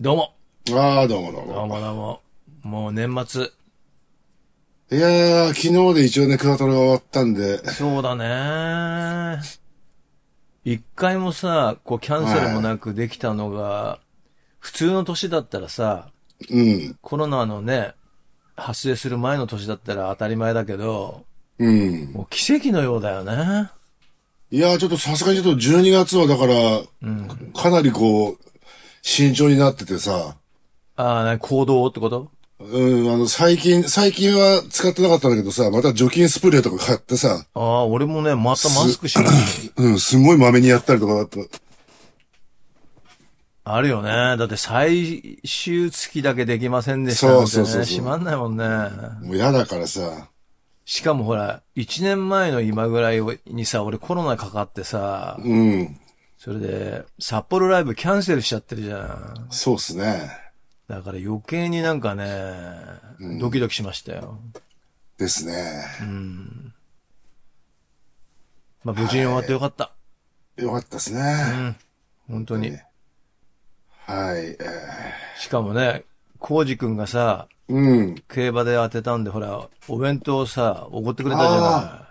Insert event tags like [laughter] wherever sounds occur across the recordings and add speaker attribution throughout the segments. Speaker 1: どうも、
Speaker 2: ああ、どうもどう
Speaker 1: どう
Speaker 2: も。
Speaker 1: もどうも。もう年末。
Speaker 2: いやー、昨日で一応ね、クワトロが終わったんで、
Speaker 1: そうだね一回もさ、こうキャンセルもなくできたのが、普通の年だったらさ、
Speaker 2: うん、
Speaker 1: コロナのね、発生する前の年だったら当たり前だけど、
Speaker 2: うん。
Speaker 1: もう奇跡のようだよね。
Speaker 2: いやー、ちょっとさすがにちょっと12月はだから、かなりこう、慎重になっててさ、
Speaker 1: ああ、な行動ってこと
Speaker 2: うん、あの、最近、最近は使ってなかったんだけどさ、また除菌スプレーとか買ってさ、
Speaker 1: ああ、俺もね、またマスクしない。
Speaker 2: うん、すごい豆にやったりとかだった。
Speaker 1: あるよね。だって最終月だけできませんでしたなんてね。
Speaker 2: そうそうそうそう
Speaker 1: 閉まんないもんね。
Speaker 2: もう嫌だからさ、
Speaker 1: しかもほら、一年前の今ぐらいにさ、俺コロナかかってさ、
Speaker 2: うん、
Speaker 1: それで、札幌ライブキャンセルしちゃってるじゃん。
Speaker 2: そうっすね。
Speaker 1: だから余計になんかね、ドキドキしましたよ。
Speaker 2: ですね。
Speaker 1: まあ無事に終わってよかった。
Speaker 2: よかったですね。
Speaker 1: 本当に。
Speaker 2: はい、えー
Speaker 1: しかもね、コウジ君がさ、
Speaker 2: うん、
Speaker 1: 競馬で当てたんで、ほら、お弁当をさ、おごってくれたじゃない。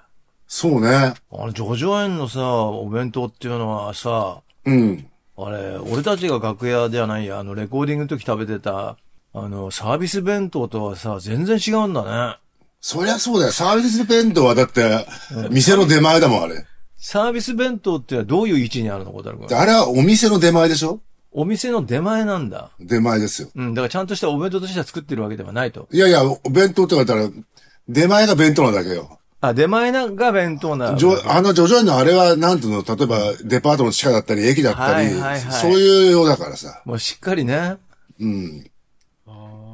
Speaker 2: そうね。
Speaker 1: あの、ジョジョ園のさ、お弁当っていうのはさ、
Speaker 2: うん、
Speaker 1: あれ、俺たちが楽屋ではないや、あの、レコーディングの時食べてた、あの、サービス弁当とはさ、全然違うんだね。
Speaker 2: そりゃそうだよ。サービス弁当はだって、店の出前だもん、あれ。
Speaker 1: サービス弁当ってのはどういう位置にあるの小樽君。
Speaker 2: あれはお店の出前でしょ
Speaker 1: お店の出前なんだ。
Speaker 2: 出前ですよ。
Speaker 1: うん、だからちゃんとしたお弁当としては作ってるわけではないと。
Speaker 2: いやいや、お弁当って言われたら、出前が弁当なだけよ。
Speaker 1: あ、出前なが弁当なの。
Speaker 2: じょあの、ジョジョイのあれは、なんていうの、例えば、デパートの地下だったり、駅だったり、
Speaker 1: はいはいはい
Speaker 2: そういうようだからさ。
Speaker 1: もうしっかりね、
Speaker 2: うん。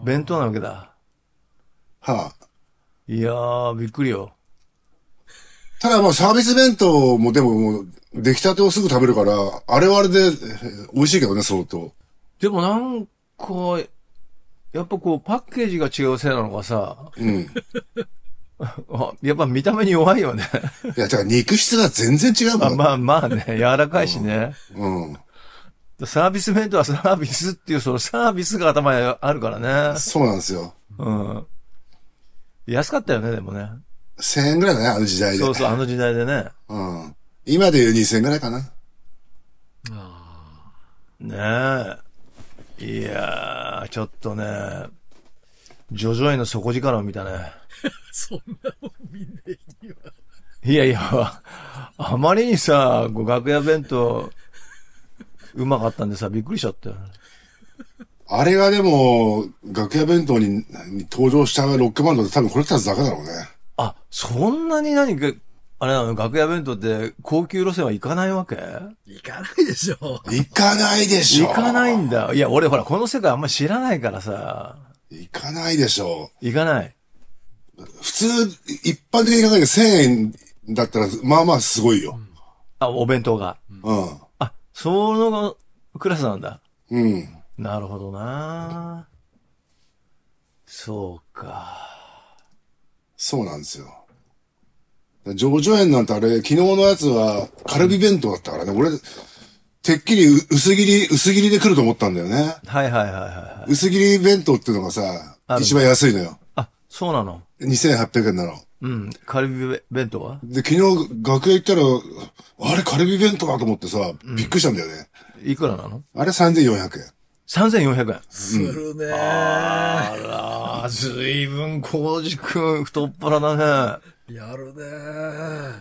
Speaker 1: 弁当なわけだ。
Speaker 2: はあ、
Speaker 1: いやー、びっくりよ。
Speaker 2: ただまあ、サービス弁当もでももう、出来たてをすぐ食べるから、あれはあれで、えー美味しいけどね、相当。
Speaker 1: でもなんか、やっぱこう、パッケージが違うせいなのかさ、
Speaker 2: うん。い
Speaker 1: あやっぱ見た目に弱いよね。
Speaker 2: や、だから肉質が全然違うも
Speaker 1: あ
Speaker 2: ん。
Speaker 1: まあまあね、柔らかいしね。
Speaker 2: うん。
Speaker 1: サービス弁当はサービスっていう、そのサービスが頭にあるからね。
Speaker 2: そうなんですよ。
Speaker 1: うん。安かったよね、でもね。
Speaker 2: 1000円ぐらいだね、あの時代で。
Speaker 1: そうそう、あの時代でね。
Speaker 2: うん。今で言う2000円ぐらいかな。
Speaker 1: ねえ。いやー、ちょっとね、ジョジョへの底力を見たね。
Speaker 3: そんなもん見ねえよ。
Speaker 1: いやいや、あまりにさ、こう楽屋弁当、うまかったんでさ、びっくりしちゃったよ。
Speaker 2: あれがでも、楽屋弁当にに登場したロックバンドで多分これたちだけだろうね。
Speaker 1: あ、そんなに何か、あれなの、楽屋弁当って高級路線は行かないわけ
Speaker 3: 行かないでしょ。
Speaker 2: 行かないでしょ。
Speaker 1: 行かないんだ。いや、俺ほら、この世界あんま知らないからさ、
Speaker 2: 行かないでしょ。
Speaker 1: 行かない。
Speaker 2: 普通、一般的に考えて1000円だったら、まあまあすごいよ。
Speaker 1: あ、お弁当が。
Speaker 2: うん。
Speaker 1: あ、そのクラスなんだ。
Speaker 2: うん。
Speaker 1: なるほどなそうか。
Speaker 2: そうなんですよ。ジョジョ園なんてあれ、昨日のやつはカルビ弁当だったからね。俺、てっきりう薄切り、薄切りで来ると思ったんだよね。
Speaker 1: はいはいはいはいはい。
Speaker 2: 薄切り弁当っていうのがさ
Speaker 1: あ、る
Speaker 2: 一番安いのよ。
Speaker 1: あ、そうなの。
Speaker 2: 2800円なの。
Speaker 1: うん。カルビ弁当は
Speaker 2: で、昨日、楽屋行ったら、あれ、カルビ弁当だと思ってさ、びっくりしたんだよね。
Speaker 1: いくらなの
Speaker 2: あれ、3400円。
Speaker 1: ?3400 円。
Speaker 3: するね、
Speaker 1: あらー、ずいぶん、コウジ君、太っ腹だね。
Speaker 3: やるね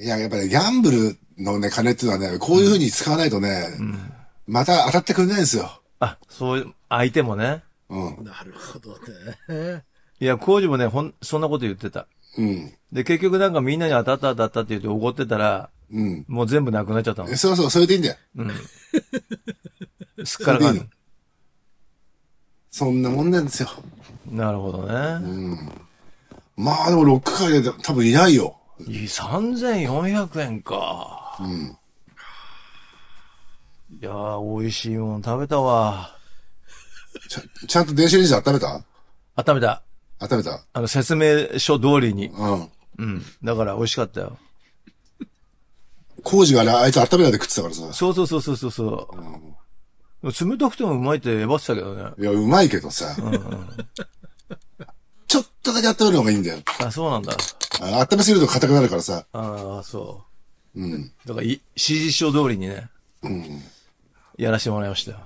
Speaker 2: いや、やっぱり、ギャンブルのね、金っていうのはね、こういう風に使わないとね、また当たってくれないんですよ。
Speaker 1: あ、そう、相手もね。
Speaker 2: うん。
Speaker 3: なるほどね。
Speaker 1: いや、コウジもね、ほん、そんなこと言ってた。
Speaker 2: うん。
Speaker 1: で、結局なんかみんなに当たった当たったって言って怒ってたら、
Speaker 2: うん。
Speaker 1: もう全部なくなっちゃった
Speaker 2: えそうそう、それでいいんだよ。
Speaker 1: の。すっからか
Speaker 2: それでいい
Speaker 1: ん。
Speaker 2: そんなもんなんですよ。
Speaker 1: なるほどね。
Speaker 2: まあ、でも、ロック界で多分いないよ。
Speaker 1: いい3400円か。いやー、美味しいもの食べたわ。
Speaker 2: ちゃちゃんと電子レンジで温めた
Speaker 1: あ、食べた。
Speaker 2: 温めた
Speaker 1: あの、説明書通りに。
Speaker 2: うん。
Speaker 1: うん。だから美味しかったよ。
Speaker 2: 工事がね、あいつ温めないで食ってたからさ。
Speaker 1: そうそうそうそうそう。冷たくてもうまいってエバってたけどね。
Speaker 2: いや、うまいけどさ。ちょっとだけ温める方がいいんだよ。
Speaker 1: あ、そうなんだ。
Speaker 2: あ温めすぎると硬くなるからさ。
Speaker 1: ああ、そう。
Speaker 2: うん。
Speaker 1: だからい、指示書通りにね、やらせてもらいましたよ。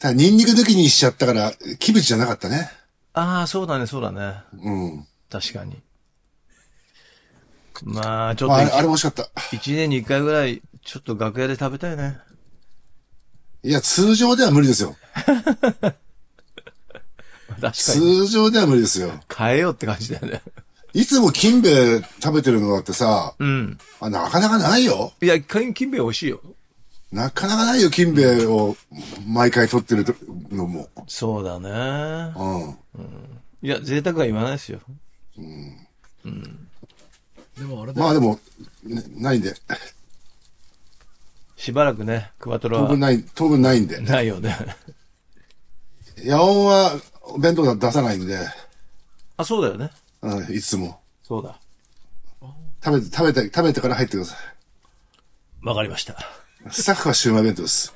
Speaker 2: ただ、ニンニク抜きにしちゃったから、キムチじゃなかったね。
Speaker 1: ああ、そうだね、そうだね。
Speaker 2: うん。
Speaker 1: 確か [laughs] に。まあ、ちょ
Speaker 2: まあ、あ
Speaker 1: っ
Speaker 2: れ、あ
Speaker 1: と
Speaker 2: れ美味しかった。
Speaker 1: 一、一年に一回ぐらい、ちょっと楽屋で食べたいね。
Speaker 2: いや、通常では無理ですよ。
Speaker 1: 確かに。
Speaker 2: 通常では無理ですよ。
Speaker 1: 変えようって感じだよね。
Speaker 2: いつも金兵衛食べてるのだってさ、
Speaker 1: うん。
Speaker 2: あなかなかないよ。
Speaker 1: いや、金金兵衛美味しいよ。
Speaker 2: なかなかないよ、金兵衛を毎回取ってるのも。
Speaker 1: そうだね。
Speaker 2: うん。
Speaker 1: いや、贅沢は言わないですよ。
Speaker 3: でもあれだよ、
Speaker 2: まあでも、ねないんで。
Speaker 1: しばらくね、クワトロ
Speaker 2: 当分
Speaker 1: は
Speaker 2: ない、当分ないんで。
Speaker 1: ないよね。
Speaker 2: 野音は弁当出さないんで、
Speaker 1: あ、そうだよね。
Speaker 2: うん、いつも。
Speaker 1: そうだ。
Speaker 2: 食べて、食べて、食べてから入ってください。
Speaker 1: わかりました。
Speaker 2: スタッフはシウマイ弁当です。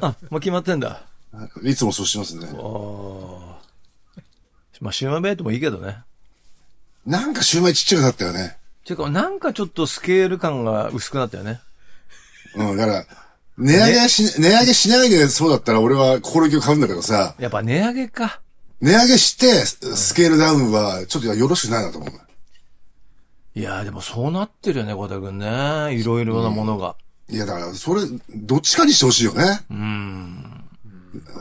Speaker 1: あ、もう決まってんだ。
Speaker 2: いつもそうしてますね。
Speaker 1: まあ、シウマイベイトもいいけどね。
Speaker 2: なんかシウマイちっちゃくなったよね。
Speaker 1: ていうか、なんかちょっとスケール感が薄くなったよね。
Speaker 2: うん、だから、値上げはし、値上げしないでそうだったら俺は心意気を買うんだけどさ、
Speaker 1: やっぱ値上げか。
Speaker 2: 値上げしてスケールダウンはちょっとよろしくないなと思う。
Speaker 1: いやーでもそうなってるよね、小田くんね。いろいろなものが。
Speaker 2: いや、だから、それ、どっちかにしてほしいよね。
Speaker 1: うん。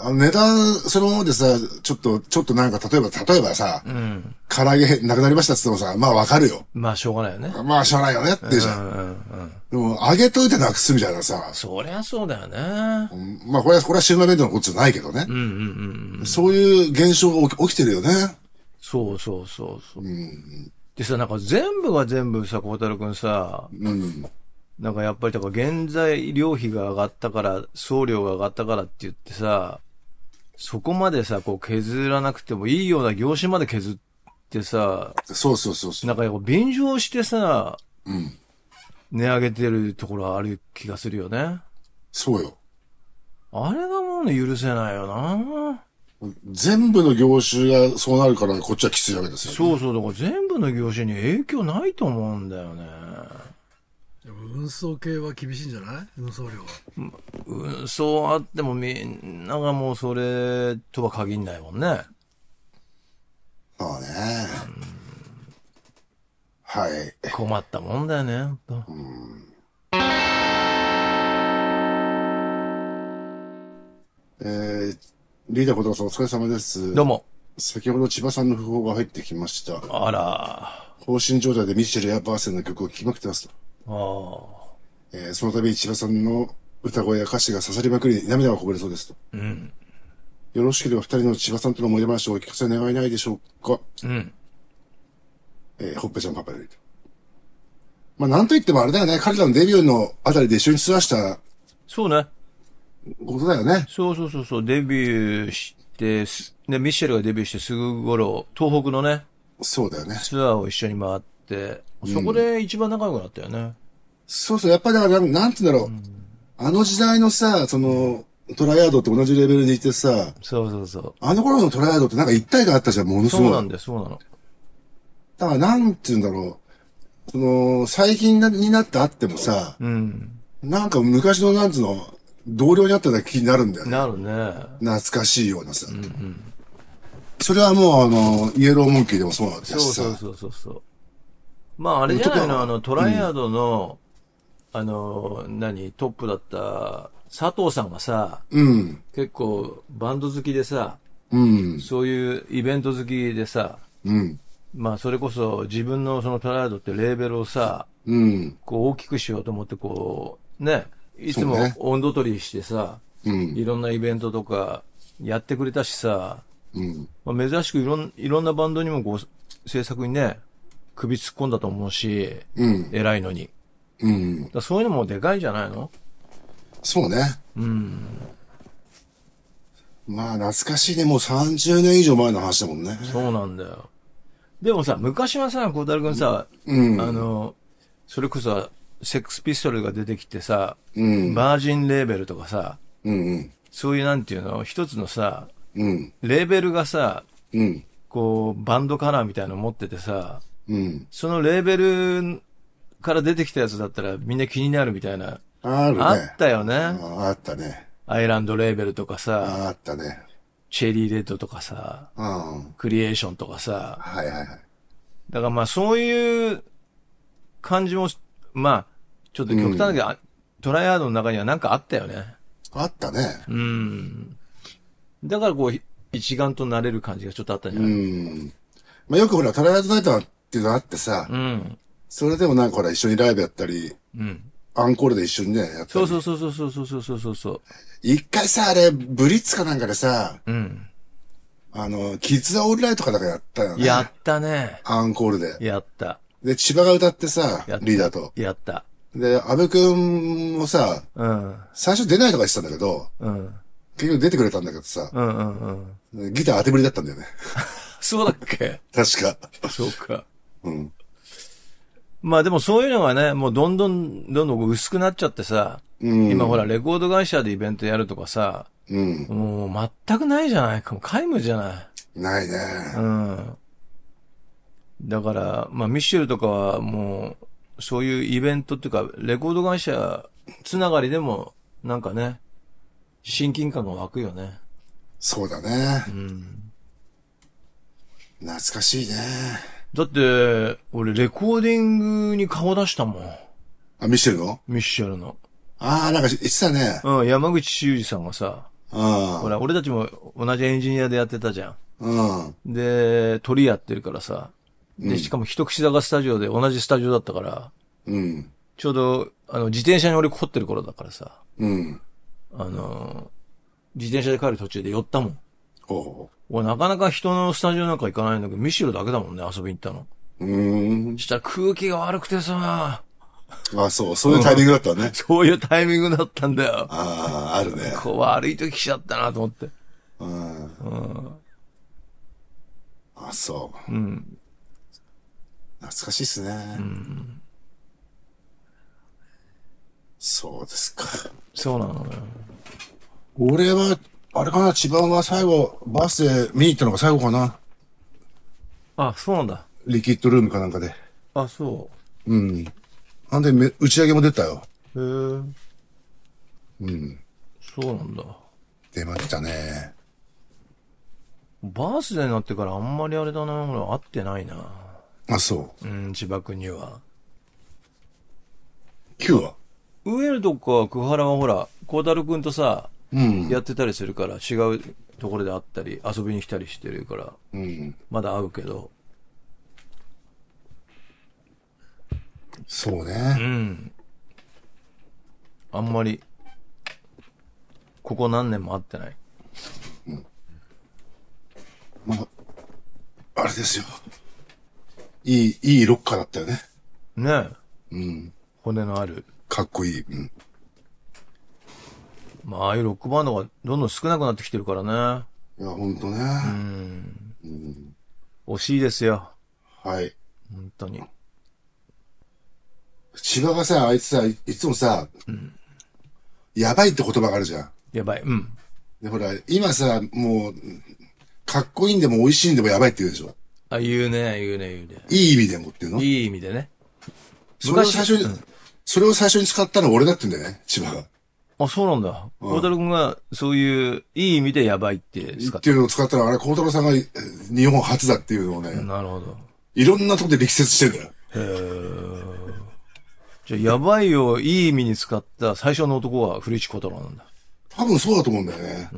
Speaker 2: あの値段、そのままでさ、ちょっと、ちょっとなんか、例えば、例えばさ、唐揚げなくなりましたって言ってもさ、まあわかるよ。
Speaker 1: まあ、しょうがないよね。
Speaker 2: まあ、しゃあないよねってじゃん。でも、揚げといてなくすみたいなさ、
Speaker 1: そりゃそうだよね。
Speaker 2: まあ、これは、これはシウマイ弁当のことじゃないけどね。そういう現象が起き起きてるよね。
Speaker 1: そうそうそうそう。でさ、なんか全部が全部さ、小太郎くんさ、
Speaker 2: うん。
Speaker 1: なんかやっぱりだから原材料費が上がったから、送料が上がったからって言ってさ、そこまでさ、こう削らなくてもいいような業種まで削ってさ、
Speaker 2: そうそうそうそう。
Speaker 1: なんかこう便乗してさ、
Speaker 2: うん。
Speaker 1: 値上げてるところある気がするよね。
Speaker 2: そうよ。
Speaker 1: あれがもうね、許せないよな。
Speaker 2: 全部の業種がそうなるから、こっちはきついわけですよ。
Speaker 1: そうそう、だから全部の業種に影響ないと思うんだよね。
Speaker 3: でも運送系は厳しいんじゃない運送料は。
Speaker 1: うん、そうあってもみんながもうそれとは限んないもんね。
Speaker 2: まあね。はい。
Speaker 1: 困ったもんだよね。ほんと
Speaker 2: えー、リーダー小田さんお疲れ様です。
Speaker 1: どうも。
Speaker 2: 先ほど千葉さんの訃報が入ってきました。
Speaker 1: あら。
Speaker 2: 放心状態でミッシェルやバーセンの曲を聴きまくってますと。
Speaker 1: ああ。
Speaker 2: えーその度に千葉さんの歌声や歌詞が刺さりまくり涙がこぼれそうですと。
Speaker 1: うん。
Speaker 2: よろしければ二人の千葉さんとの思い出話をお聞かせ願えないでしょうか。
Speaker 1: うん。
Speaker 2: えーほっぺちゃんパパよりと。まあ、なんと言ってもあれだよね。彼らのデビューのあたりで一緒にツアーした
Speaker 1: そうね。
Speaker 2: ことだよね。
Speaker 1: そうそうそうそう。デビューしてす、ね、ミッシェルがデビューしてすぐ頃、東北のね、
Speaker 2: そうだよね。
Speaker 1: ツアーを一緒に回って、そこで一番仲良くなったよね。
Speaker 2: そうそう。やっぱりだから、なんなんて言うんだろう。あの時代のさ、その、トライアードと同じレベルにいてさ、
Speaker 1: そうそうそう。
Speaker 2: あの頃のトライアードってなんか一体感あったじゃん、ものす
Speaker 1: そう
Speaker 2: ご。
Speaker 1: ないんだよ、そうなの。
Speaker 2: だから、なんて言うんだろう。その、最近なになってあってもさ、
Speaker 1: うん。
Speaker 2: なんか昔のなんつうの、同僚に会ったような気になるんだよね。
Speaker 1: なるね。
Speaker 2: 懐かしいようなさ。それはもう、あの、イエローモンキーでもそうなんだし
Speaker 1: そ
Speaker 2: さ。
Speaker 1: うそうそうそうそう。まあ、あれじゃないの、あの、トライアードの、あの、何、トップだった、佐藤さんがさ、
Speaker 2: うん。
Speaker 1: 結構バンド好きでさ、
Speaker 2: うん。
Speaker 1: そういうイベント好きでさ、
Speaker 2: うん。
Speaker 1: まあそれこそ自分のそのトライアードってレーベルをさ、
Speaker 2: うん。
Speaker 1: こう大きくしようと思ってこう、ね、いつも
Speaker 2: そうね
Speaker 1: 温度取りしてさ、
Speaker 2: うん。
Speaker 1: いろんなイベントとかやってくれたしさ、
Speaker 2: うん。
Speaker 1: まあ、珍しくいろんいろんなバンドにもこう制作にね、首突っ込んだと思うし、
Speaker 2: うん。
Speaker 1: 偉いのに。
Speaker 2: うん。
Speaker 1: だそういうのもでかいじゃないの
Speaker 2: そうね。うん。まあ、懐かしいね。もう30年以上前の話だもんね。
Speaker 1: そうなんだよ。でもさ、昔はさ、小太郎くんさ、あの、それこそ、セックスピストルが出てきてさ、
Speaker 2: うん。
Speaker 1: バージンレーベルとかさ、
Speaker 2: うん
Speaker 1: そういうなんていうの、一つのさ、
Speaker 2: うん。うん。
Speaker 1: レーベルがさ、
Speaker 2: うん。
Speaker 1: こう、バンドカラーみたいなの持っててさ、
Speaker 2: うん。
Speaker 1: そのレーベルから出てきたやつだったらみんな気になるみたいな。
Speaker 2: あるね。
Speaker 1: あったよね。
Speaker 2: ああったね。
Speaker 1: アイランドレーベルとかさ、
Speaker 2: あったね。
Speaker 1: チェリーレッドとかさ、
Speaker 2: うん。は
Speaker 1: クリエーションとかさ。
Speaker 2: いはいはい。
Speaker 1: だからまあそういう感じも、まあ、ちょっと極端だけど、あトライアードの中にはなんかあったよね。
Speaker 2: あったね。
Speaker 1: うん。だからこう、一丸となれる感じがちょっとあったんじゃ
Speaker 2: う
Speaker 1: ない、
Speaker 2: ん。まあ、よくほら、トライアルナイトっていうのあってさ、
Speaker 1: うん、
Speaker 2: それでもなんかほら、一緒にライブやったり、
Speaker 1: うん。
Speaker 2: アンコールで一緒にね、やったり。
Speaker 1: そうそうそうそうそうそうそうそうそう。
Speaker 2: 一回さ、あれ、ブリッツかなんかでさ、
Speaker 1: うん。
Speaker 2: あの、キッズはオールライトかなんかやったよね。
Speaker 1: やったね。
Speaker 2: アンコールで。
Speaker 1: やった。
Speaker 2: で、千葉が歌ってさ
Speaker 1: やっ、た
Speaker 2: リーダーと。
Speaker 1: やった。
Speaker 2: で、安部くんもさ、
Speaker 1: うん。
Speaker 2: 最初出ないとか言ってたんだけど、
Speaker 1: うん。
Speaker 2: 結局出てくれたんだけどさ、
Speaker 1: うんうんうん。
Speaker 2: ギター当てぶりだったんだよね。
Speaker 1: そうだっけ
Speaker 2: 確か。
Speaker 1: そうか。
Speaker 2: うん。
Speaker 1: まあでもそういうのがね、もうどんどん、どんどん薄くなっちゃってさ、
Speaker 2: うん。
Speaker 1: 今ほらレコード会社でイベントやるとかさ、
Speaker 2: うん。
Speaker 1: もう全くないじゃないか。もう皆無じゃない。
Speaker 2: ないね。
Speaker 1: うん。だから、まあミッシェルとかはもう、そういうイベントっていうか、レコード会社つながりでも、なんかね、親近感が湧くよね。
Speaker 2: そうだね。
Speaker 1: うん。
Speaker 2: 懐かしいね。
Speaker 1: だって、俺レコーディングに顔出したもん。
Speaker 2: あ、見してるの
Speaker 1: ミッシェルの。
Speaker 2: ああ、なんか言ってたね。
Speaker 1: うん、山口修二さんがさ、
Speaker 2: う
Speaker 1: ほら、俺たちも同じエンジニアでやってたじゃ
Speaker 2: ん。うん。
Speaker 1: ん。で、鳥やってるからさ。で、しかも一口坂スタジオで同じスタジオだったから、
Speaker 2: うん。
Speaker 1: ちょうど、あの、自転車に俺凝ってる頃だからさ、
Speaker 2: うん。
Speaker 1: あの、自転車で帰る途中で寄ったもん。
Speaker 2: ほ
Speaker 1: 俺、なかなか人のスタジオなんか行かないんだけど、ミッシェルだけだもんね、遊びに行ったの。
Speaker 2: う。うーん。
Speaker 1: したら空気が悪くてさ、
Speaker 2: あそう、そういうタイミングだったね。
Speaker 1: そういうタイミングだったんだよ。
Speaker 2: ああ、あるね。
Speaker 1: こう悪い時来ちゃったなと思って。
Speaker 2: うん。あそう。うん。懐かしいっすね。そうですか。
Speaker 1: そうなのよ。
Speaker 2: 俺は、あれかな、千葉は最後、バースで見に行ったのが最後かな。
Speaker 1: あ、そうなんだ。
Speaker 2: リキッドルームかなんかで。
Speaker 1: あ、そ
Speaker 2: うん。なんでめ、打ち上げも出たよ。
Speaker 1: う。へえ。うん。そうなんだ。
Speaker 2: 出ましたね。
Speaker 1: バースデーになってからあんまりあれだな、俺会ってないな。
Speaker 2: あ、そう。
Speaker 1: うん、千葉君には。
Speaker 2: Q は
Speaker 1: ウエルとか久原はほら、孝太郎君とさ、
Speaker 2: うん。
Speaker 1: やってたりするから、違うところで会ったり、遊びに来たりしてるから、
Speaker 2: うん。
Speaker 1: まだ会うけど。
Speaker 2: そうね。
Speaker 1: うん。あんまり、ここ何年も会ってない。
Speaker 2: まあ、あれですよ。いい、いいロッカーだったよね。
Speaker 1: ねえ。
Speaker 2: うん。
Speaker 1: 骨のある。
Speaker 2: かっこいい。うん。
Speaker 1: まあ、ああいうロックバンドがどんどん少なくなってきてるからね。
Speaker 2: いや、ほんとね。
Speaker 1: 惜しいですよ。
Speaker 2: はい。
Speaker 1: 本当に。
Speaker 2: 千葉がさ、あいつさ、いいつもさ、やばいって言葉があるじゃん。
Speaker 1: やばい。うん。
Speaker 2: で、ほら、今さ、もう、かっこいいんでも美味しいんでもやばいって言うでしょ。
Speaker 1: あ、言うね、言うね、言うね。
Speaker 2: いい意味でもっていうの
Speaker 1: いい意味でね。
Speaker 2: それを
Speaker 1: 昔
Speaker 2: 最初に、それを最初に使ったのは俺だって言うんだよね、千葉が。
Speaker 1: あ、そうなんだ。小太郎くんが、そういう、いい意味でやばいって使
Speaker 2: っ
Speaker 1: って
Speaker 2: いうのを使ったら、あれ、孝太郎さんがえー日本初だっていうのを
Speaker 1: た。
Speaker 2: ね、
Speaker 1: なるほど。
Speaker 2: いろんなとこで力説してんだよ。
Speaker 1: じゃあ、やばいをいい意味に使った最初の男は古市小太郎なんだ。
Speaker 2: 多分そうだと思うんだよね。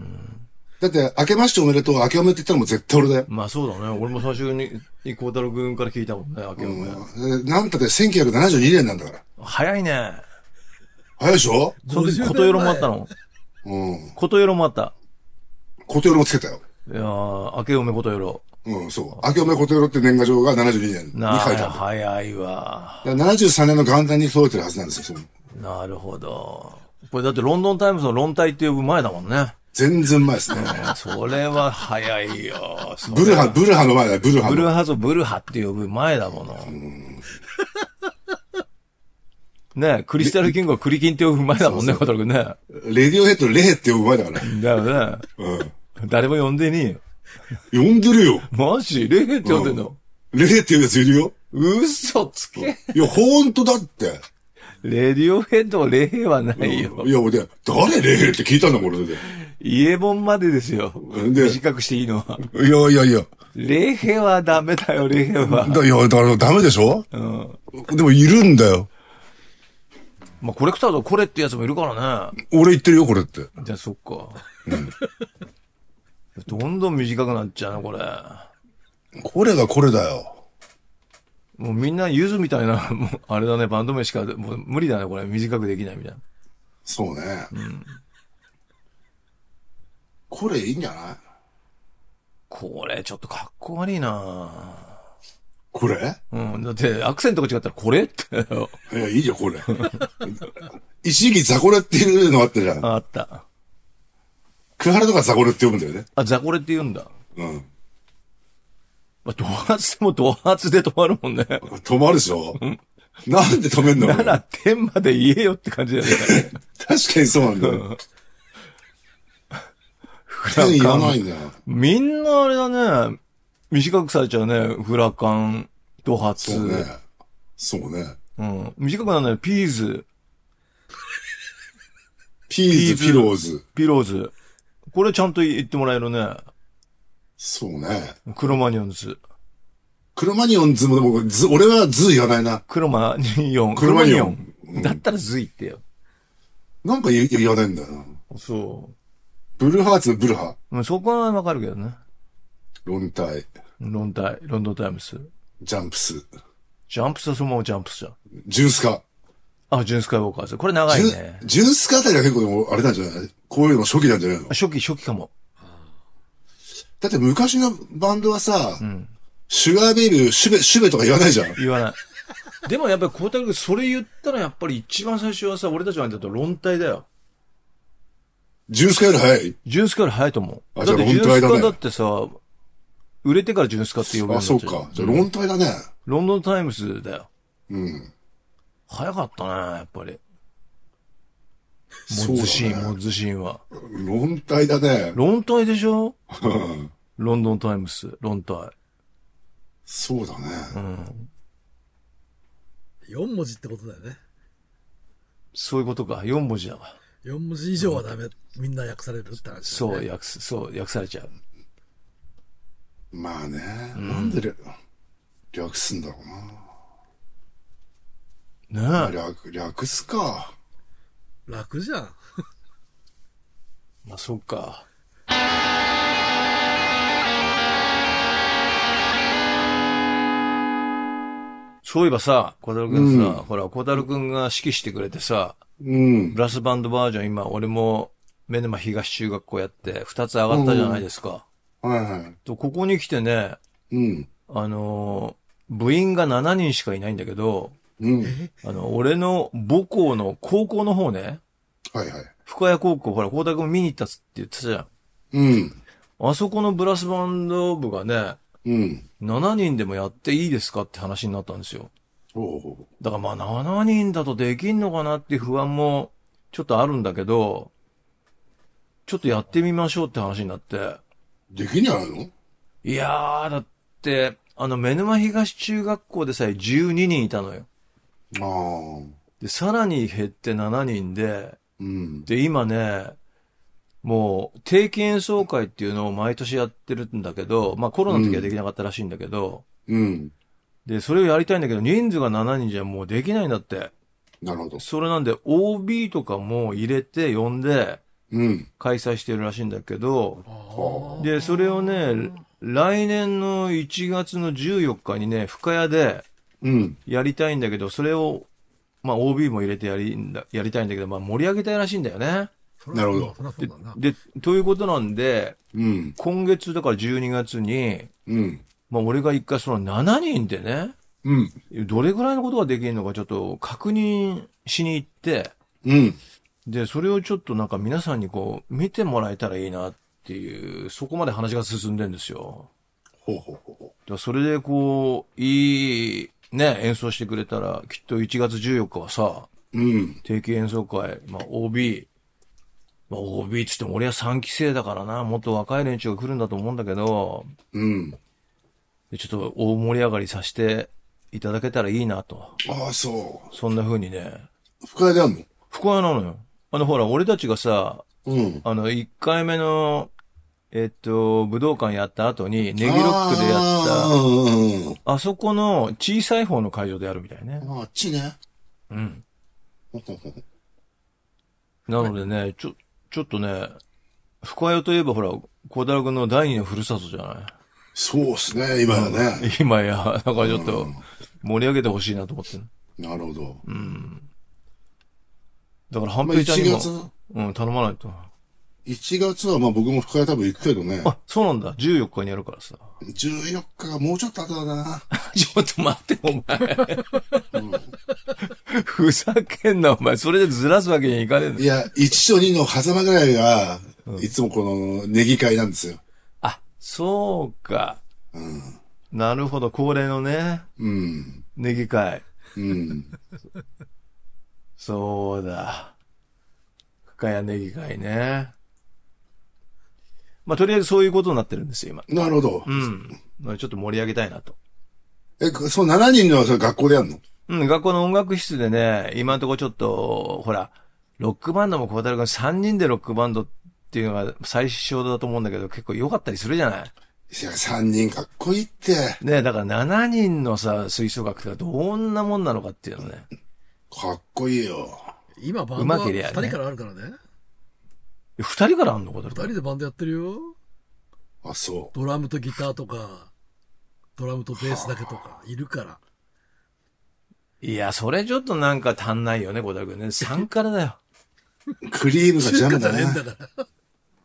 Speaker 2: だって、明けましておめでとう、明けおめって言ったのも絶対俺だよ。
Speaker 1: まあそうだね。俺も最初に、小太郎くんから聞いたもんね、明けおめ。
Speaker 2: えーなんたって1972年なんだから。
Speaker 1: 早いね。
Speaker 2: 早いでしょ
Speaker 1: その時、
Speaker 3: 50年前
Speaker 1: 琴よろもあった [laughs] の。
Speaker 2: うん。
Speaker 1: 琴よろもあった。
Speaker 2: 小手ろもつけたよ。
Speaker 1: いやー、明けおめ琴よろ。
Speaker 2: うん、そう。明けおめ小手ろって年賀状が72年に書いて
Speaker 1: なあ、
Speaker 2: あ
Speaker 1: 早いわ。
Speaker 2: る。だから73年の元旦に届いてるはずなんですよ、そう
Speaker 1: なるほど。これだってロンドンタイムズの論体って呼ぶ前だもんね。
Speaker 2: 全然前ですね。 [laughs]
Speaker 1: それは早いよ。それ
Speaker 2: ブルハ、ブルハの前だよ、ブルハ
Speaker 1: ブル
Speaker 2: の。
Speaker 1: ーハーツをブルハって呼ぶ前だもの。ねクリスタルキングはクリキンって呼ぶ前だもんね、小太郎くんね。だ
Speaker 2: レディオヘッドレーって呼ぶ前だから。
Speaker 1: よね。
Speaker 2: うん。
Speaker 1: 誰も呼んでねえよ。
Speaker 2: 呼んでるよ。
Speaker 1: マジレーって呼んでんの、
Speaker 2: レーっていうやついるよ。
Speaker 1: 嘘つけ。
Speaker 2: いや、ほんとだって。
Speaker 1: レディオヘッド、レーはないよ。
Speaker 2: いや、俺で、誰レーって聞いたんだもん、俺で。
Speaker 1: イエボンまでですよ。
Speaker 2: で
Speaker 1: 短くしていいのは。
Speaker 2: いやいやいや。
Speaker 1: レヘはダメだよ、レヘは。
Speaker 2: だいや、だからダメでしょ
Speaker 1: うん。
Speaker 2: でもいるんだよ。
Speaker 1: まあ、コレクターとコレってやつもいるからね。
Speaker 2: 俺言ってるよ、これって。
Speaker 1: じゃあ、そっか。どんどん短くなっちゃうな、これ。
Speaker 2: これがこれだよ。
Speaker 1: もうみんなゆずみたいな、もう、あれだね、バンド名しか、もう無理だね、これ。短くできないみたいな。
Speaker 2: そうね。これいいんじゃない
Speaker 1: これ、ちょっとかっこ悪いな
Speaker 2: これ
Speaker 1: うん。だって、アクセントが違ったら、これって。
Speaker 2: いや、いいよ、これ。 [laughs] 一時期ザコレっていうのあったじゃん。
Speaker 1: あった。
Speaker 2: クハラとかザコレって呼ぶんだよね。
Speaker 1: あ、ザコレって言うんだ。
Speaker 2: うん。
Speaker 1: まあ、ドハツでもドハツで止まるもんね。
Speaker 2: 止まるでしょなんで止めんの
Speaker 1: なら、天まで言えよって感じだよね。
Speaker 2: 確かにそうなんだよ。手に言わないんだよ。
Speaker 1: みんなあれだね、短くされちゃうね。フラカン、ドハツ。
Speaker 2: そうね。そうね。
Speaker 1: うん。短くなるね。ピーズ、
Speaker 2: ピーズ、
Speaker 1: ピーズ
Speaker 2: ピローズ。
Speaker 1: ピローズ。これちゃんと言ってもらえるね。
Speaker 2: そうね。
Speaker 1: クロマニオンズ。
Speaker 2: クロマニオンズも、でもズ俺はズ言わないな。
Speaker 1: クロマニオン。
Speaker 2: クロマニオン
Speaker 1: クロマニオンだったらズイってよ。
Speaker 2: なんか言言わないんだよな。
Speaker 1: そ
Speaker 2: ブルーハーツのブルハ。
Speaker 1: う。うんそこはわかるけどね。
Speaker 2: 論体、
Speaker 1: ロンタイ、ロンドンタイムス。
Speaker 2: ジャンプス、
Speaker 1: ジャンプスはそのままジャンプスじゃん。
Speaker 2: ジュンスカ。
Speaker 1: あ、ジュンスカイウォーカーズ。これ長い
Speaker 2: ジュン
Speaker 1: ね。
Speaker 2: ジュンスカあたりは結構でもあれなんじゃないこういうの初期なんじゃないの
Speaker 1: 初期、初期かも。
Speaker 2: だって昔のバンドはさ、シュガーベイビー、シュベ、シュベとか言わないじゃん。
Speaker 1: 言わない。 [laughs] でもやっぱり光太郎君、それ言ったらやっぱり一番最初はさ、俺たちの間だと論体だよ。
Speaker 2: ジュンスカより早い。
Speaker 1: ジュンスカより早いと思う。だ
Speaker 2: あじゃ
Speaker 1: っ
Speaker 2: あ
Speaker 1: てジュン
Speaker 2: ロンタイ
Speaker 1: ス
Speaker 2: だ
Speaker 1: カ
Speaker 2: ね
Speaker 1: だってさ、売れてからジュンスカって呼ぶようにな
Speaker 2: あ、そ
Speaker 1: っ
Speaker 2: う
Speaker 1: ちゃう
Speaker 2: か。じゃあ論体だね。
Speaker 1: ロンドンタイムズだよ。
Speaker 2: うん。
Speaker 1: 早かったね、やっぱり。
Speaker 2: そ
Speaker 1: モ
Speaker 2: う
Speaker 1: ズシーン、
Speaker 2: だ
Speaker 1: モズシーンは。
Speaker 2: ね。論体だね。
Speaker 1: 論体でしょ
Speaker 2: うん
Speaker 1: ロンドンタイムス、論体。
Speaker 2: そうだね。
Speaker 3: 4文字ってことだよね。
Speaker 1: そういうことか。4文字だわ。
Speaker 3: 4文字以上はダメ。みんな訳されるって話だ
Speaker 1: そ
Speaker 3: よね、
Speaker 1: う、訳す、そう、訳されちゃう。
Speaker 2: まあね。なんでれ略すんだろうな。
Speaker 1: ね
Speaker 2: あ
Speaker 1: え。
Speaker 2: 略、略すか。
Speaker 3: 楽じゃん。
Speaker 1: まあ、そうか。そういえばさ、小太郎くんさ、ほら、小太郎くんが指揮してくれてさ、
Speaker 2: うん。
Speaker 1: ブラスバンドバージョン今、俺も、メネマ東中学校やって、二つ上がったじゃないですか。
Speaker 2: はいは
Speaker 1: と、ここに来てね、
Speaker 2: い。うん。
Speaker 1: あのー部員が7人しかいないんだけど、
Speaker 2: うん。
Speaker 1: あの、俺の母校の高校の方ね、
Speaker 2: はいはい。
Speaker 1: 深谷高校、ほら、光太くん見に行ったっつって言ってたじゃん。
Speaker 2: うん。
Speaker 1: あそこのブラスバンド部がね、
Speaker 2: うん。
Speaker 1: 7人でもやっていいですかって話になったんですよ。
Speaker 2: おう
Speaker 1: だからまあ7人だとできんのかなっていう不安もちょっとあるんだけど、ちょっとやってみましょうって話になって。
Speaker 2: できんじゃないの
Speaker 1: いやー、だって、あの、目沼東中学校でさえ12人いたのよ。
Speaker 2: ああ。
Speaker 1: で、さらに減って7人で、
Speaker 2: うん。
Speaker 1: で、今ね、もう、定期演奏会っていうのを毎年やってるんだけど、まあコロナの時はできなかったらしいんだけど、
Speaker 2: うん。
Speaker 1: で、それをやりたいんだけど、人数が7人じゃもうできないんだって。
Speaker 2: なるほど。
Speaker 1: それなんで、OB とかも入れて呼んで
Speaker 2: うん。
Speaker 1: 開催してるらしいんだけど、
Speaker 2: あ
Speaker 1: で、それをね、来年の1月の14日にね、深谷で
Speaker 2: うん。
Speaker 1: やりたいんだけど、それを、まあ OB も入れてやりんだ、やりたいんだけど、まあ盛り上げたいらしいんだよね。
Speaker 3: そりゃ
Speaker 2: なるほど
Speaker 3: そりゃそうだな。
Speaker 1: で、ということなんで、
Speaker 2: うん。
Speaker 1: 今月だから12月に、
Speaker 2: うん。
Speaker 1: まあ俺が一回その7人でね、
Speaker 2: うん。
Speaker 1: どれぐらいのことができるのかちょっと確認しに行って、
Speaker 2: うん。
Speaker 1: で、それをちょっとなんか皆さんにこう、見てもらえたらいいなっていう、そこまで話が進んでんですよ。
Speaker 2: ほうほうほうほ
Speaker 1: だからそれでこう、いい、ね、演奏してくれたら、きっと1月14日はさ、
Speaker 2: う。うん。
Speaker 1: 定期演奏会、まあ OB、まあ OB っつっても俺は3期生だからな、もっと若い連中が来るんだと思うんだけど、
Speaker 2: うん。
Speaker 1: でちょっと大盛り上がりさせていただけたらいいなと。
Speaker 2: ああ、そ
Speaker 1: そんな風にね。
Speaker 2: う。深谷であんの
Speaker 1: 福岡なのよ。あのほら、俺たちがさ、
Speaker 2: うん。
Speaker 1: あの、1回目の、えっと、武道館やった後に、ネギロックでやった、
Speaker 2: あーうんうんうん。
Speaker 1: あそこの小さい方の会場でやるみたいね。
Speaker 2: ああっちね。
Speaker 1: うん。
Speaker 2: ほほほ
Speaker 1: なのでね、ちょ、ちょっとね、深谷といえばほら、小太郎君の第二のふるさとじゃな
Speaker 2: そうっすね、今やね。
Speaker 1: い今や、だからちょっと、盛り上げてほしいなと思ってる。
Speaker 2: なるほど。
Speaker 1: だから、半
Speaker 2: まあ、
Speaker 1: 平
Speaker 2: 1
Speaker 1: ちゃんにも、
Speaker 2: 月、
Speaker 1: うん、頼まないと。
Speaker 2: 1月はまあ僕も深谷多分行くけどね。
Speaker 1: あ、そうなんだ。14日にやるからさ。 [laughs]
Speaker 2: 14日がもうちょっと後だな。
Speaker 1: ちょっと待って、お前。ふざけんな、お前。それでずらすわけにいかねえんだ
Speaker 2: い。や、1と2の狭間ぐらいが、いつもこのネギ会なんですよ。
Speaker 1: あ、そうか。なるほど、恒例のね、
Speaker 2: うん。
Speaker 1: ネギ会。
Speaker 2: うん。
Speaker 1: そうだ。深谷ネギ会ね。まあ、とりあえずそういうことになってるんですよ、今。
Speaker 2: なるほど。
Speaker 1: うん。まあちょっと盛り上げたいなと。
Speaker 2: え、その7人のそれ学校でやんの
Speaker 1: うん、学校の音楽室でね、今のところちょっと、ほら、ロックバンドも小太郎君3人でロックバンドっていうのが最初だと思うんだけど、結構良かったりするじゃない
Speaker 2: いや、3人かっこいいって。
Speaker 1: ねだから7人のさ、吹奏楽がどんなもんなのかっていうのね。
Speaker 2: かっこいいよ。
Speaker 3: 今バンド
Speaker 1: うま
Speaker 3: は
Speaker 1: けりゃ
Speaker 3: 2
Speaker 1: ね
Speaker 3: 人からあるからね。
Speaker 1: え二人からあんの小太郎
Speaker 3: 2
Speaker 1: 君
Speaker 3: 人でバンドやってるよ。
Speaker 2: あ、そ
Speaker 3: ドラムとギターとか、ドラムとベースだけとか、いるから。
Speaker 1: いや、それちょっとなんか足んないよね、小太郎君ね。3からだよ。
Speaker 2: う。クリームがジャ
Speaker 3: 中
Speaker 2: ム
Speaker 3: 華
Speaker 2: だ
Speaker 3: じゃねえんだ
Speaker 2: ね。
Speaker 3: から。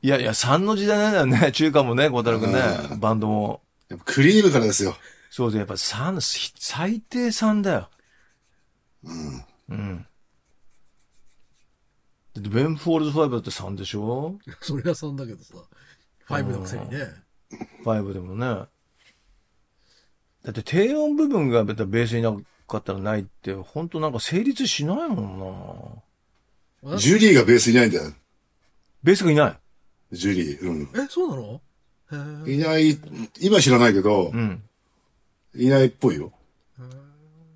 Speaker 1: いやいや、3の時代なんだよね。中華もね、小太郎君ね。バンドも。
Speaker 2: やっぱクリームからですよ。
Speaker 1: そうそう、やっぱ3、ひ最低3だよ。うん。うん。だってベンフォールズ5だって3でしょ
Speaker 3: それはそんだけどさ。5のくせにね。
Speaker 1: ?5 でもね。だって低音部分がベースになかったらないって、ほんとなんか成立しないもんな
Speaker 2: ジュリーがベースいないんだよ。
Speaker 1: ベースがいない。
Speaker 2: ジュリー。うん。
Speaker 3: え、そうなのへー
Speaker 2: いない、今知らないけど
Speaker 1: う、ん。
Speaker 2: いないっぽいよ。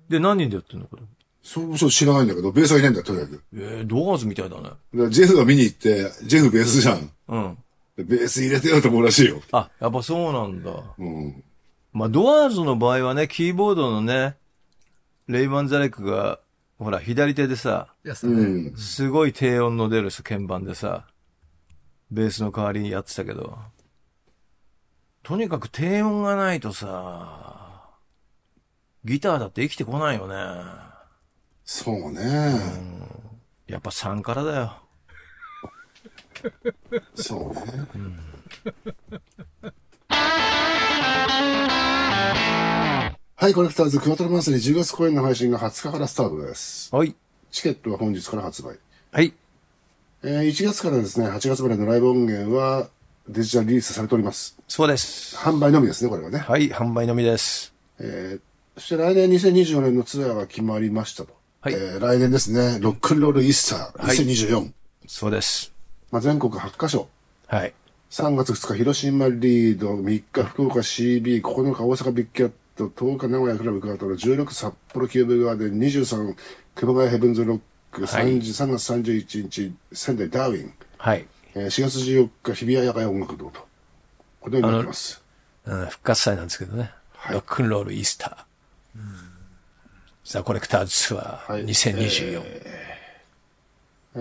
Speaker 1: で、何人でやってんのこれ。
Speaker 2: そう、そう知らないんだけど、ベースはいないんだよ、とにかく。だか
Speaker 1: えー、ドアーズみたいだね。
Speaker 2: らジェフが見に行って、ジェフベースじゃん。
Speaker 1: うん。
Speaker 2: でベース入れてよと思うらしいよ。
Speaker 1: あ、やっぱそうなんだ。
Speaker 2: うん。
Speaker 1: まあ、ドアーズの場合はね、キーボードのね、レイバン・ザレックが、ほら、左手でさ、
Speaker 3: いやさ、
Speaker 2: うん。
Speaker 1: すごい低音の出る鍵盤でさ、ベースの代わりにやってたけど、とにかく低音がないとさ、ギターだって生きてこないよね。
Speaker 2: そうね。
Speaker 1: やっぱ3からだよ。
Speaker 2: そうね。はい、コレクターズクワトロマンスに10月公演の配信が20日からスタートです。
Speaker 1: はい。
Speaker 2: チケットは本日から発売。
Speaker 1: はい。
Speaker 2: えー1月からですね、8月までのライブ音源はデジタルリリースされております。
Speaker 1: そうです。
Speaker 2: 販売のみですね、これはね。
Speaker 1: はい、販売のみです。
Speaker 2: えーそして来年2024年のツアーが決まりましたと。
Speaker 1: はい
Speaker 2: えー来年ですね、ロックンロールイースター
Speaker 1: はい
Speaker 2: 2024。
Speaker 1: そうです。
Speaker 2: まあ、全国8カ所。
Speaker 1: はい。
Speaker 2: 3月2日広島リード、3日福岡 CB、9日大阪ビッグキャット、10日名古屋クラブクワトロ、16札幌キューブガーデン、23熊谷ヘブンズロック、
Speaker 1: い
Speaker 2: 3時3月31日仙台ダーウィン、
Speaker 1: はい。
Speaker 2: えー4月14日日比谷野外音楽堂と。このようになってます。
Speaker 1: うん、復活祭なんですけどね。ロックンロールイースター。ザ・コレクターズツア
Speaker 2: は
Speaker 1: ー
Speaker 2: い
Speaker 1: 2024。
Speaker 2: えー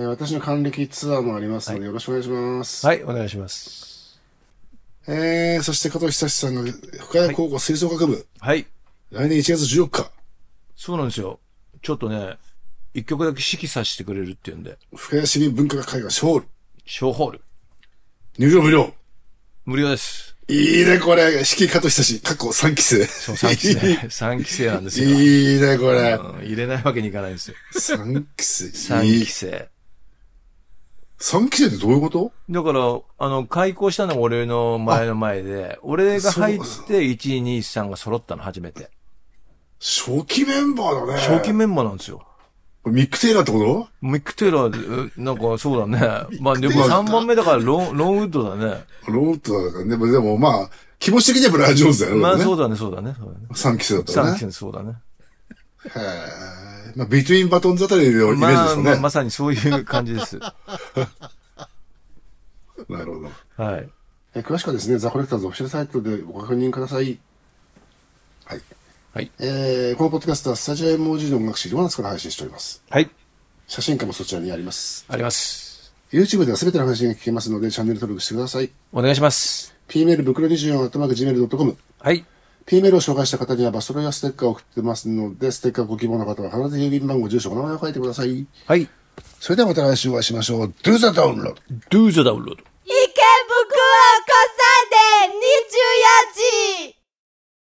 Speaker 2: 私の還暦ツアーもありますのでよろしくお願いします。
Speaker 1: はい、お願いします。
Speaker 2: えー、そして加藤久志さんが深谷高校吹奏楽部、
Speaker 1: はい。
Speaker 2: 来年1月14日、
Speaker 1: そうなんですよ。ちょっとね、一曲だけ指揮させてくれるっていうんで、
Speaker 2: 深谷市民文化会がショール、
Speaker 1: 小ホール。
Speaker 2: 入場無料。
Speaker 1: 無料です。
Speaker 2: いいね、これ。指揮加藤久志、過去3期生。
Speaker 1: そう、3期生。3期生なんですよ。
Speaker 2: [laughs] いいね、これ。
Speaker 1: うん入れないわけにいかないんですよ。
Speaker 2: 3期生。い
Speaker 1: 3
Speaker 2: い
Speaker 1: 期生。
Speaker 2: 三期生ってどういうこと
Speaker 1: だから、あの、開校したのが俺の前の前で、俺が入って1、2、3が揃ったの初めて。
Speaker 2: 初期メンバーだね。
Speaker 1: 初期メンバーなんですよ。
Speaker 4: これミック・テイラーってこと
Speaker 1: ミック・テイラーで、えなんかそうだね。まあ
Speaker 4: ミッ
Speaker 1: でも
Speaker 4: クテイラー
Speaker 1: 3番目だからロン、ロンウッドだね。
Speaker 4: ロートだからね。でも、でもまあ、気持ち的にはブライアン・ジョーンズだよね。
Speaker 1: まあ
Speaker 4: で
Speaker 1: そ
Speaker 4: もね
Speaker 1: うだね、そうだね。そうだね
Speaker 4: 三期生だった
Speaker 1: 三
Speaker 4: ら
Speaker 1: 期
Speaker 4: ね。へ
Speaker 1: 生そうだね。
Speaker 4: え。まあ、ビトゥイン・バトンズあたりのイメージで
Speaker 1: ますあ、
Speaker 4: よね。
Speaker 1: まあまさにそういう感じです。
Speaker 4: なるほど。
Speaker 1: はい。
Speaker 2: えー詳しくはですね、ザ・コレクターズオフィシャルサイトでご確認ください。はい。
Speaker 1: はい。
Speaker 2: えーこのポッドキャストはスタジオ MOG の音楽誌リョーナスから配信しております。
Speaker 1: はい。
Speaker 2: 写真家もそちらにあります。
Speaker 1: あります。
Speaker 2: YouTube では全ての配信が聞けますので、チャンネル登録してください。
Speaker 1: お願いします。
Speaker 2: pmail 袋24 gmail.com。
Speaker 1: はい。
Speaker 2: pmail を紹介した方にはバストロやステッカーを送ってますので、ステッカーご希望の方は必ず郵便番号、住所、お名前を書いてください。
Speaker 1: はい。
Speaker 2: それではまた来週お会いしましょう。Do the download!
Speaker 1: Do the download.
Speaker 5: 池袋コス